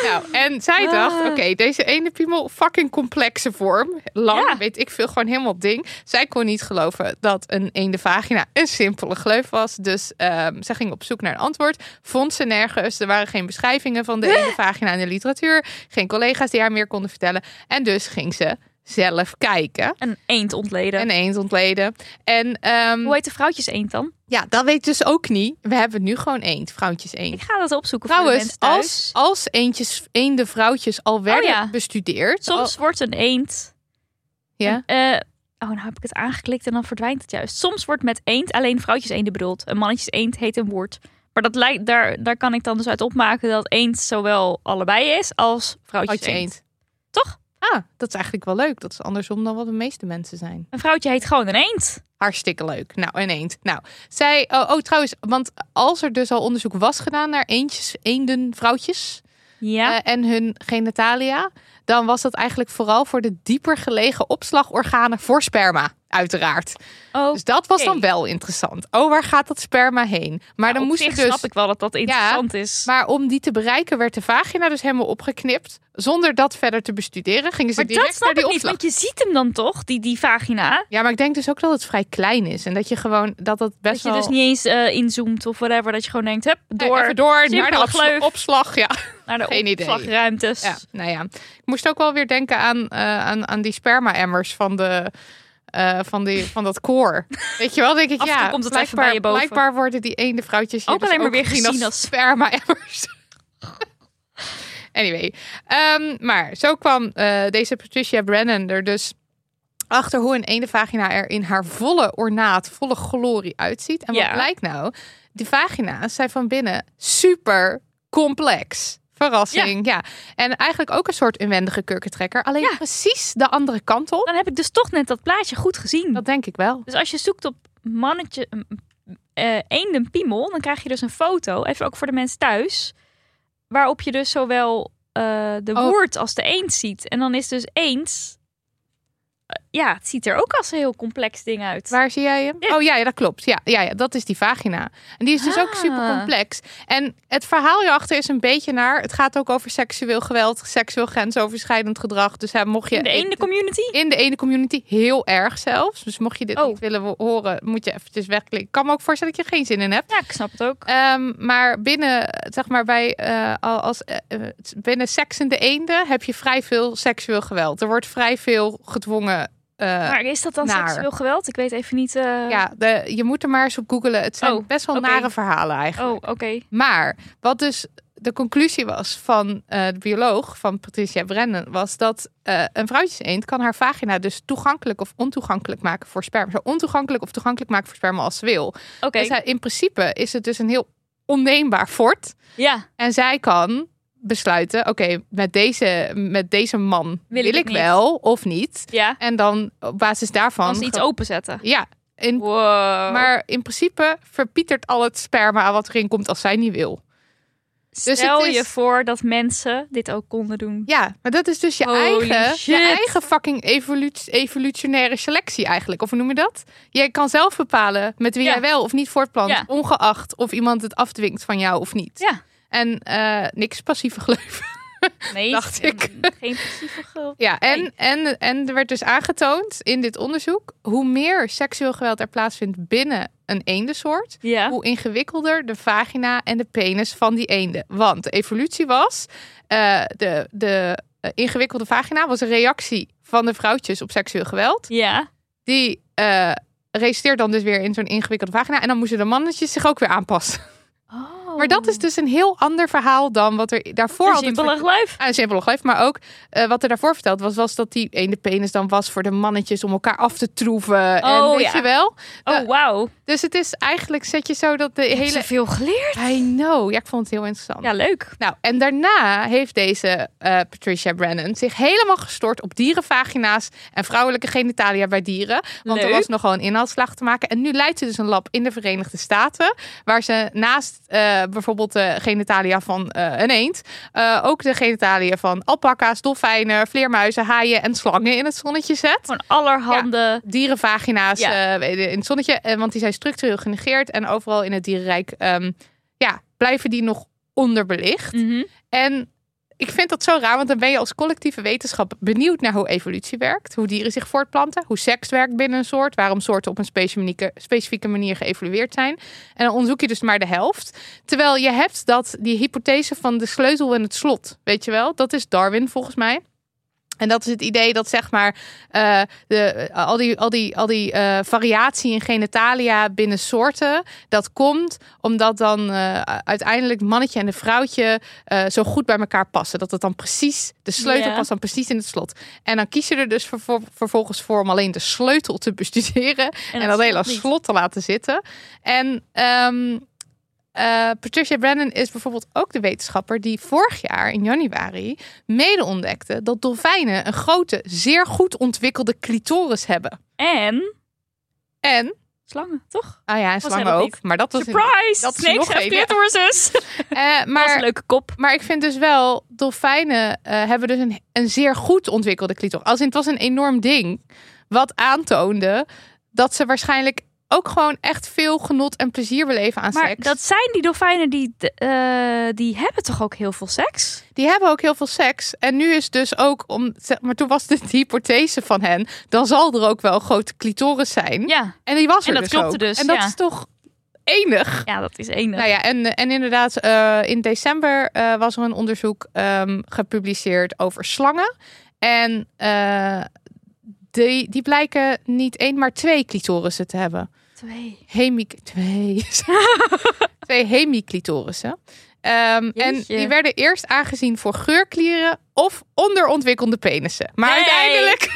Nou, en zij Ah. dacht, oké, deze ene piemel, fucking complexe vorm. Lang, Ja. weet ik veel, gewoon helemaal ding. Zij kon niet geloven dat een eende vagina een simpele gleuf was. Dus ehm zij ging op zoek naar een antwoord. Vond ze nergens. Er waren geen beschrijvingen van de eende vagina in de literatuur. Geen collega's die haar meer konden vertellen. En dus ging ze zelf kijken. Een eend ontleden. en eens ontleden. En ehm, Hoe heet de vrouwtjes eend dan? ja, dat weet ik dus ook niet. We hebben nu gewoon eend, vrouwtjes Ik eend. ga dat opzoeken voor de Trouwens, mensen thuis. Oh als, als eendjes, eenden vrouwtjes al werden ja. bestudeerd. Soms wordt een eend... al- ja. een, eh, oh, nou heb ik het aangeklikt en dan verdwijnt het juist. Soms wordt met eend alleen vrouwtjes eenden bedoeld. Een mannetjes eend heet een woord. Maar dat lijkt, daar, daar kan ik dan dus uit opmaken dat eend zowel allebei is als vrouwtjes Vrouwtje eend. eend. Toch? Ah, dat is eigenlijk wel leuk. Dat is andersom dan wat de meeste mensen zijn. Een vrouwtje heet gewoon een eend. Hartstikke leuk. Nou, een eend. Nou, zij. Oh, oh, trouwens, want als er dus al onderzoek was gedaan naar eendjes, eenden, vrouwtjes. Ja. eh, en hun genitalia. dan was dat eigenlijk vooral voor de dieper gelegen opslagorganen voor sperma, uiteraard. oh, Dus dat was Oké. Nou, dan wel interessant. Oh, waar gaat dat sperma heen? Maar dan op moest zich je dus. snap ik wel dat dat interessant is. Maar om die te bereiken werd de vagina dus helemaal opgeknipt. Zonder dat verder te bestuderen gingen ze Maar direct dat snap naar die ik niet, opslag. want je ziet hem dan toch, die, die vagina. Ja, maar ik denk dus ook dat het vrij klein is en dat je gewoon dat dat Dat best je wel dus niet eens eh, inzoomt of whatever. Dat je gewoon denkt, hup, Nee, door even door naar de Simpele opsla- gleuf. opslag. Ja. naar de geen idee. opslagruimtes. ja, nou ja, ik moest ook wel weer denken aan, eh, aan, aan die sperma-emmers van de. eh, van, die, van dat <laughs> koor. Weet je wel, denk ik, Af en toe ja. komt het even blijkbaar, bij je boven. blijkbaar worden die ene vrouwtjes hier Ook dus alleen maar weer gezien gezien als- <laughs> sperma-emmers. anyway. ehm, maar zo kwam eh, deze Patricia Brennan er dus achter hoe een ene vagina er in haar volle ornaat, volle glorie uitziet. En wat Ja. blijkt nou? Die vagina's zijn van binnen super complex. Verrassing, ja. En eigenlijk ook een soort inwendige kurkentrekker. Alleen Ja. precies de andere kant op. Dan heb ik dus toch net dat plaatje goed gezien. Dat denk ik wel. Dus als je zoekt op mannetje, eh eendenpiemel, dan krijg je dus een foto, even ook voor de mensen thuis, waarop je dus zowel eh, de Oh. woord als de eend ziet. En dan is dus eend, eh, ja, het ziet er ook als een heel complex ding uit. Waar zie jij hem? Ja. Oh ja, ja, dat klopt. Ja, ja, ja, dat is die vagina. En die is dus ook Ah. super complex. En het verhaal hierachter is een beetje naar. Het gaat ook over seksueel geweld, seksueel grensoverschrijdend gedrag. Dus hè, mocht je In de eende community? in de ene community heel erg zelfs. Dus mocht je dit Oh. niet willen wo- horen, moet je eventjes wegklikken. Ik kan me ook voorstellen dat je er geen zin in hebt. Ja, ik snap het ook. Ehm, maar binnen, zeg maar bij, eh, al- als, eh, eh, het- binnen seksende eenden heb je vrij veel seksueel geweld. Er wordt vrij veel gedwongen. eh, maar is dat dan naar. seksueel geweld? Ik weet even niet. eh, ja, de, je moet er maar eens op googelen. Het zijn Oh, best wel oké. nare verhalen eigenlijk. Oh, oké. Maar wat dus de conclusie was van eh, de bioloog, van Patricia Brennan, was dat eh, een vrouwtjeseend kan haar vagina dus toegankelijk of ontoegankelijk maken voor sperma. Zo ontoegankelijk of toegankelijk maken voor sperma als ze wil. Oké. Dus hij- in principe is het dus een heel onneembaar fort. Ja, En zij kan besluiten, oké, met, deze, met deze man wil, ik ik, het niet. wel of niet. ja. En dan op basis daarvan... Als ze iets ge- openzetten. Ja, in Wow. maar in principe verpietert al het sperma wat erin komt als zij niet wil. dus het Stel is- je voor dat mensen dit ook konden doen. Ja, maar dat is dus je, Holy eigen, shit. je eigen fucking evolutie- evolutionaire selectie eigenlijk. Of hoe noem je dat? Jij kan zelf bepalen met wie Ja. jij wel of niet voortplant. Ja. Ongeacht of iemand het afdwingt van jou of niet. Ja. En eh, niks passieve geloof. Nee, Dacht geen- ik. Geen passieve geweld. Ja, en, Nee. en, en er werd dus aangetoond in dit onderzoek... hoe meer seksueel geweld er plaatsvindt binnen een eendensoort... Ja. hoe ingewikkelder de vagina en de penis van die eenden. Want de evolutie was, eh, de, de eh, ingewikkelde vagina was een reactie van de vrouwtjes op seksueel geweld. Ja. Die eh resulteert dan dus weer in zo'n ingewikkelde vagina. En dan moesten de mannetjes zich ook weer aanpassen. Oh. Dus Maar dat is dus een heel ander verhaal dan wat er daarvoor Een altijd simpelig lijf. Ah, Een simpel geef, maar ook eh, wat er daarvoor verteld was, was dat die ene penis dan was voor de mannetjes om elkaar af te troeven. en Oh, weet ja. je wel? Oh, wauw. Dus het is eigenlijk, zet je zo dat de Ik heb hele. zoveel geleerd. I know. Ja, ik vond het heel interessant. Ja, leuk. Nou, en daarna heeft deze eh, Patricia Brennan zich helemaal gestort op dierenvagina's en vrouwelijke genitalia bij dieren. Want er Leuk. was nogal een inhaalslag te maken. En nu leidt ze dus een lab in de Verenigde Staten, waar ze naast eh, bijvoorbeeld de genitalia van eh, een eend, eh, ook de genitalia van alpaca's, dolfijnen, vleermuizen, haaien en slangen in het zonnetje zet Gewoon allerhande. dierenvagina's Ja. eh, in het zonnetje. eh, want die zijn structureel genegeerd. En overal in het dierenrijk ehm, ja, blijven die nog onderbelicht. Mhm. En ik vind dat zo raar, want dan ben je als collectieve wetenschap benieuwd naar hoe evolutie werkt. Hoe dieren zich voortplanten, hoe seks werkt binnen een soort. Waarom soorten op een specifieke, specifieke manier geëvolueerd zijn. En dan onderzoek je dus maar de helft. Terwijl je hebt dat, die hypothese van de sleutel en het slot, weet je wel. Dat is Darwin volgens mij. En dat is het idee dat zeg maar eh, de, al die, al die, al die eh, variatie in genitalia binnen soorten, dat komt omdat dan eh, uiteindelijk het mannetje en de vrouwtje eh, zo goed bij elkaar passen. Dat het dan precies, de sleutel Ja. past dan precies in het slot. En dan kies je er dus vervol- vervolgens voor om alleen de sleutel te bestuderen en, dat hele niet. slot te laten zitten. En ehm, eh, Patricia Brennan is bijvoorbeeld ook de wetenschapper die vorig jaar in januari mede ontdekte dat dolfijnen een grote, zeer goed ontwikkelde clitoris hebben. En En, slangen, toch? ah ja, en Was slangen hij dat ook, niet? maar dat was Surprise! dat is Snakes nog have een, ja. clitorises. Eh, Dat was een maar, leuke kop. maar ik vind dus wel, dolfijnen eh, hebben dus een, een zeer goed ontwikkelde clitoris. Als in, het was een enorm ding wat aantoonde dat ze waarschijnlijk ook gewoon echt veel genot en plezier beleven aan Maar seks. dat zijn die dolfijnen, die, eh, die hebben toch ook heel veel seks? die hebben ook heel veel seks. En nu is dus ook om. zeg Maar toen was de <laughs> hypothese van hen. Dan zal er ook wel een grote clitoris zijn. Ja, En die was En er dat dus klopte ook. dus, En dat ja. is toch enig. ja dat is enig. Nou ja, en, en inderdaad, eh, in december eh, was er een onderzoek ehm, gepubliceerd over slangen. En eh, die, die blijken niet één, maar twee clitorissen te hebben Twee. hemik twee, twee hemiclitorissen. Ehm, en Jeetje. die werden eerst aangezien voor geurklieren of onderontwikkelde penissen. Maar Nee. uiteindelijk.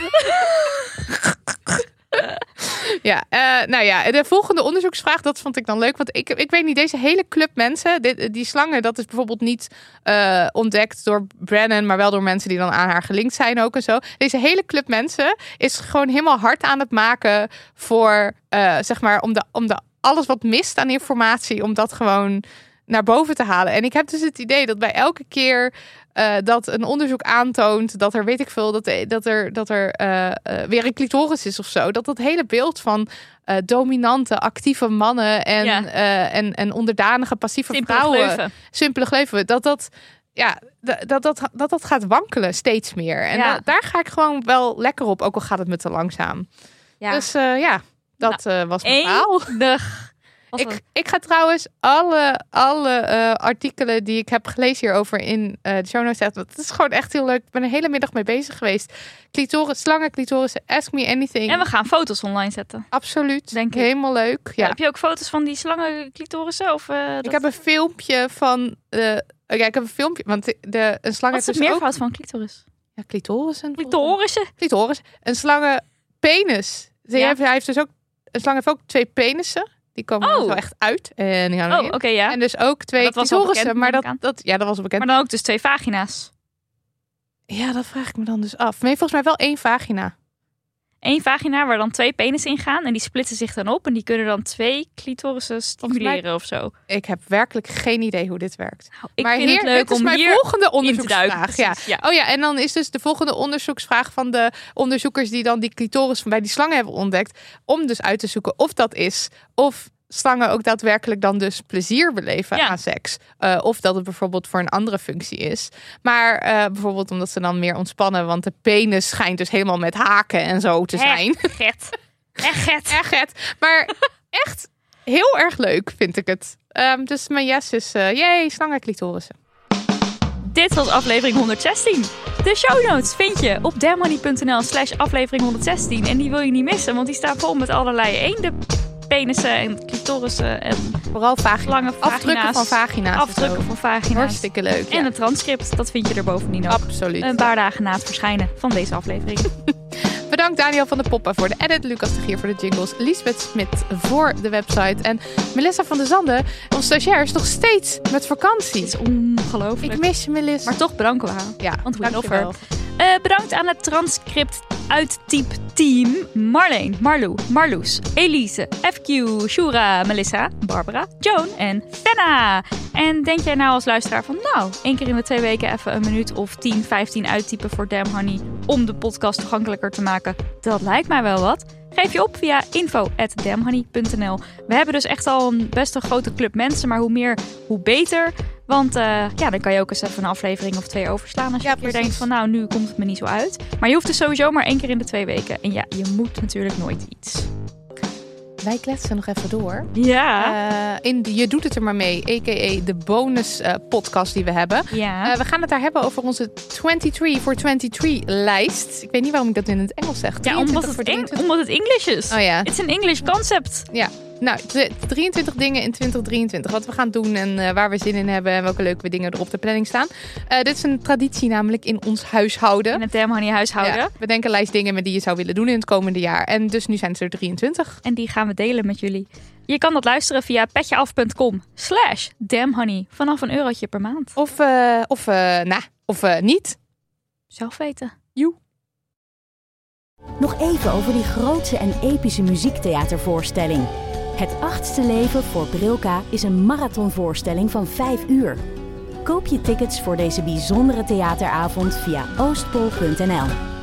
ja, eh, nou ja, de volgende onderzoeksvraag, dat vond ik dan leuk. Want ik, ik weet niet, deze hele club mensen, dit, die slangen, dat is bijvoorbeeld niet eh, ontdekt door Brennan, maar wel door mensen die dan aan haar gelinkt zijn ook en zo. Deze hele club mensen is gewoon helemaal hard aan het maken voor, eh, zeg maar, om, de, om de, alles wat mist aan informatie, om dat gewoon naar boven te halen. En ik heb dus het idee dat bij elke keer eh, dat een onderzoek aantoont dat er, weet ik veel, dat, dat er, dat er eh, eh, weer een clitoris is of zo, dat dat hele beeld van eh, dominante, actieve mannen en, Ja. eh, en, en onderdanige, passieve Simpele vrouwen gleuven. simpele gleuven. Dat dat, ja, dat, dat, dat, dat dat gaat wankelen steeds meer. En Ja. da- daar ga ik gewoon wel lekker op, ook al gaat het me te langzaam. Ja. Dus eh, ja, dat eh, was mijn verhaal. Enig. Was Ik, het- ik ga trouwens alle, alle eh, artikelen die ik heb gelezen hierover in eh, de show notes zetten. Want het is gewoon echt heel leuk. Ik ben een hele middag mee bezig geweest. Clitoris, slangen, clitoris, ask me anything. En we gaan foto's online zetten. Absoluut. Denk ik. Helemaal leuk. Ja. Heb je ook foto's van die slangen clitorissen? Of, eh, dat- Ik heb een filmpje van... eh ja, ik heb een filmpje, want de, de- een slang Wat is heeft het dus ook meervoud van clitoris? Ja, clitorissen. Clitorissen? Clitoris. Een slangen penis. Ze Ja. heeft, hij heeft dus ook, een slang heeft ook twee penissen. Die komen er Oh. zo echt uit. En die gaan Oh, erin. oké, ja. En dus ook twee Maar dat was al clitorissen. bekend, maar dat, neem ik dat, ja, dat was al bekend. Maar dan ook dus twee vagina's. Ja, dat vraag ik me dan dus af. Nee, volgens mij wel één vagina. Eén vagina waar dan twee penissen in gaan. En die splitsen zich dan op. En die kunnen dan twee clitorissen mij- stimuleren of zo. Ik heb werkelijk geen idee hoe dit werkt. Nou, ik maar vind hier, het leuk dit is om mijn hier volgende in te duiken. onderzoeksvraag. Ja. Precies, ja. Oh ja, en dan is dus de volgende onderzoeksvraag van de onderzoekers die dan die clitoris van bij die slangen hebben ontdekt. Om dus uit te zoeken of dat is. Of slangen ook daadwerkelijk dan dus plezier beleven Ja. aan seks. Eh, of dat het bijvoorbeeld voor een andere functie is. Maar eh, bijvoorbeeld omdat ze dan meer ontspannen. Want de penis schijnt dus helemaal met haken en zo te Hè, zijn. <laughs> Get. Echt get. Echt het. <laughs> Maar echt heel erg leuk vind ik het. Ehm, dus mijn yes is, eh yay, slangen clitorissen. Dit was aflevering 116. De show notes vind je op demoney.nl slash aflevering 116. En die wil je niet missen, want die staat vol met allerlei eenden penissen en clitorissen en Vooral vagina's. lange Afdrukken vagina's. van vagina's. en Afdrukken zo. van vagina's. Hartstikke leuk. En ja. een transcript, dat vind je er bovendien ook. Absoluut. Een paar dagen na het verschijnen van deze aflevering. Bedankt Daniel van de Poppen voor de edit, Lucas de Gier voor de jingles, Lisbeth Smit voor de website en Melissa van der Zanden, onze stagiair, is nog steeds met vakantie. Het is ongelooflijk. Ik mis je, Melissa. Maar toch bedanken we haar. ja, want we dankjewel. love Eh, bedankt aan het transcript uittyp team. Marleen, Marlou, Marloes, Elise, FQ, Shura, Melissa, Barbara, Joan en Fenna. En denk jij nou als luisteraar van nou, één keer in de twee weken even een minuut of 10, 15 uittypen voor Damn Honey om de podcast toegankelijker te maken? Dat lijkt mij wel wat. Geef je op via info.damhoney.nl. We hebben dus echt al een best een grote club mensen, maar hoe meer, hoe beter. Want eh, ja, dan kan je ook eens even een aflevering of twee overslaan als je Ja, een keer precies. denkt van nou, nu komt het me niet zo uit. Maar je hoeft dus sowieso maar één keer in de twee weken. En ja, je moet natuurlijk nooit iets. Wij kletsen nog even door. Ja. Eh, in de Je doet het er maar mee, a.k.a. de bonus eh, podcast die we hebben. ja. Eh, we gaan het daar hebben over onze 23 voor 23 lijst. Ik weet niet waarom ik dat in het Engels zeg. ja, omdat 23 het, voor Eng- 23. omdat het Engels is. Oh ja. It's an English concept. Ja, nou, de 23 dingen in 2023. Wat we gaan doen en eh, waar we zin in hebben en welke leuke dingen er op de planning staan. Eh, dit is een traditie namelijk in ons huishouden. In het Damn Honey huishouden. Ja, we denken een lijst dingen met die je zou willen doen in het komende jaar. En dus nu zijn het er 23. En die gaan we delen met jullie. Je kan dat luisteren via petjeaf.com slash damhoney. Vanaf een eurotje per maand. Of, eh, of, eh, nah, of eh, niet. Zelf weten. Nog even over die grootse en epische muziektheatervoorstelling. Het achtste leven voor Brilka is een marathonvoorstelling van 5 uur. Koop je tickets voor deze bijzondere theateravond via oostpol.nl.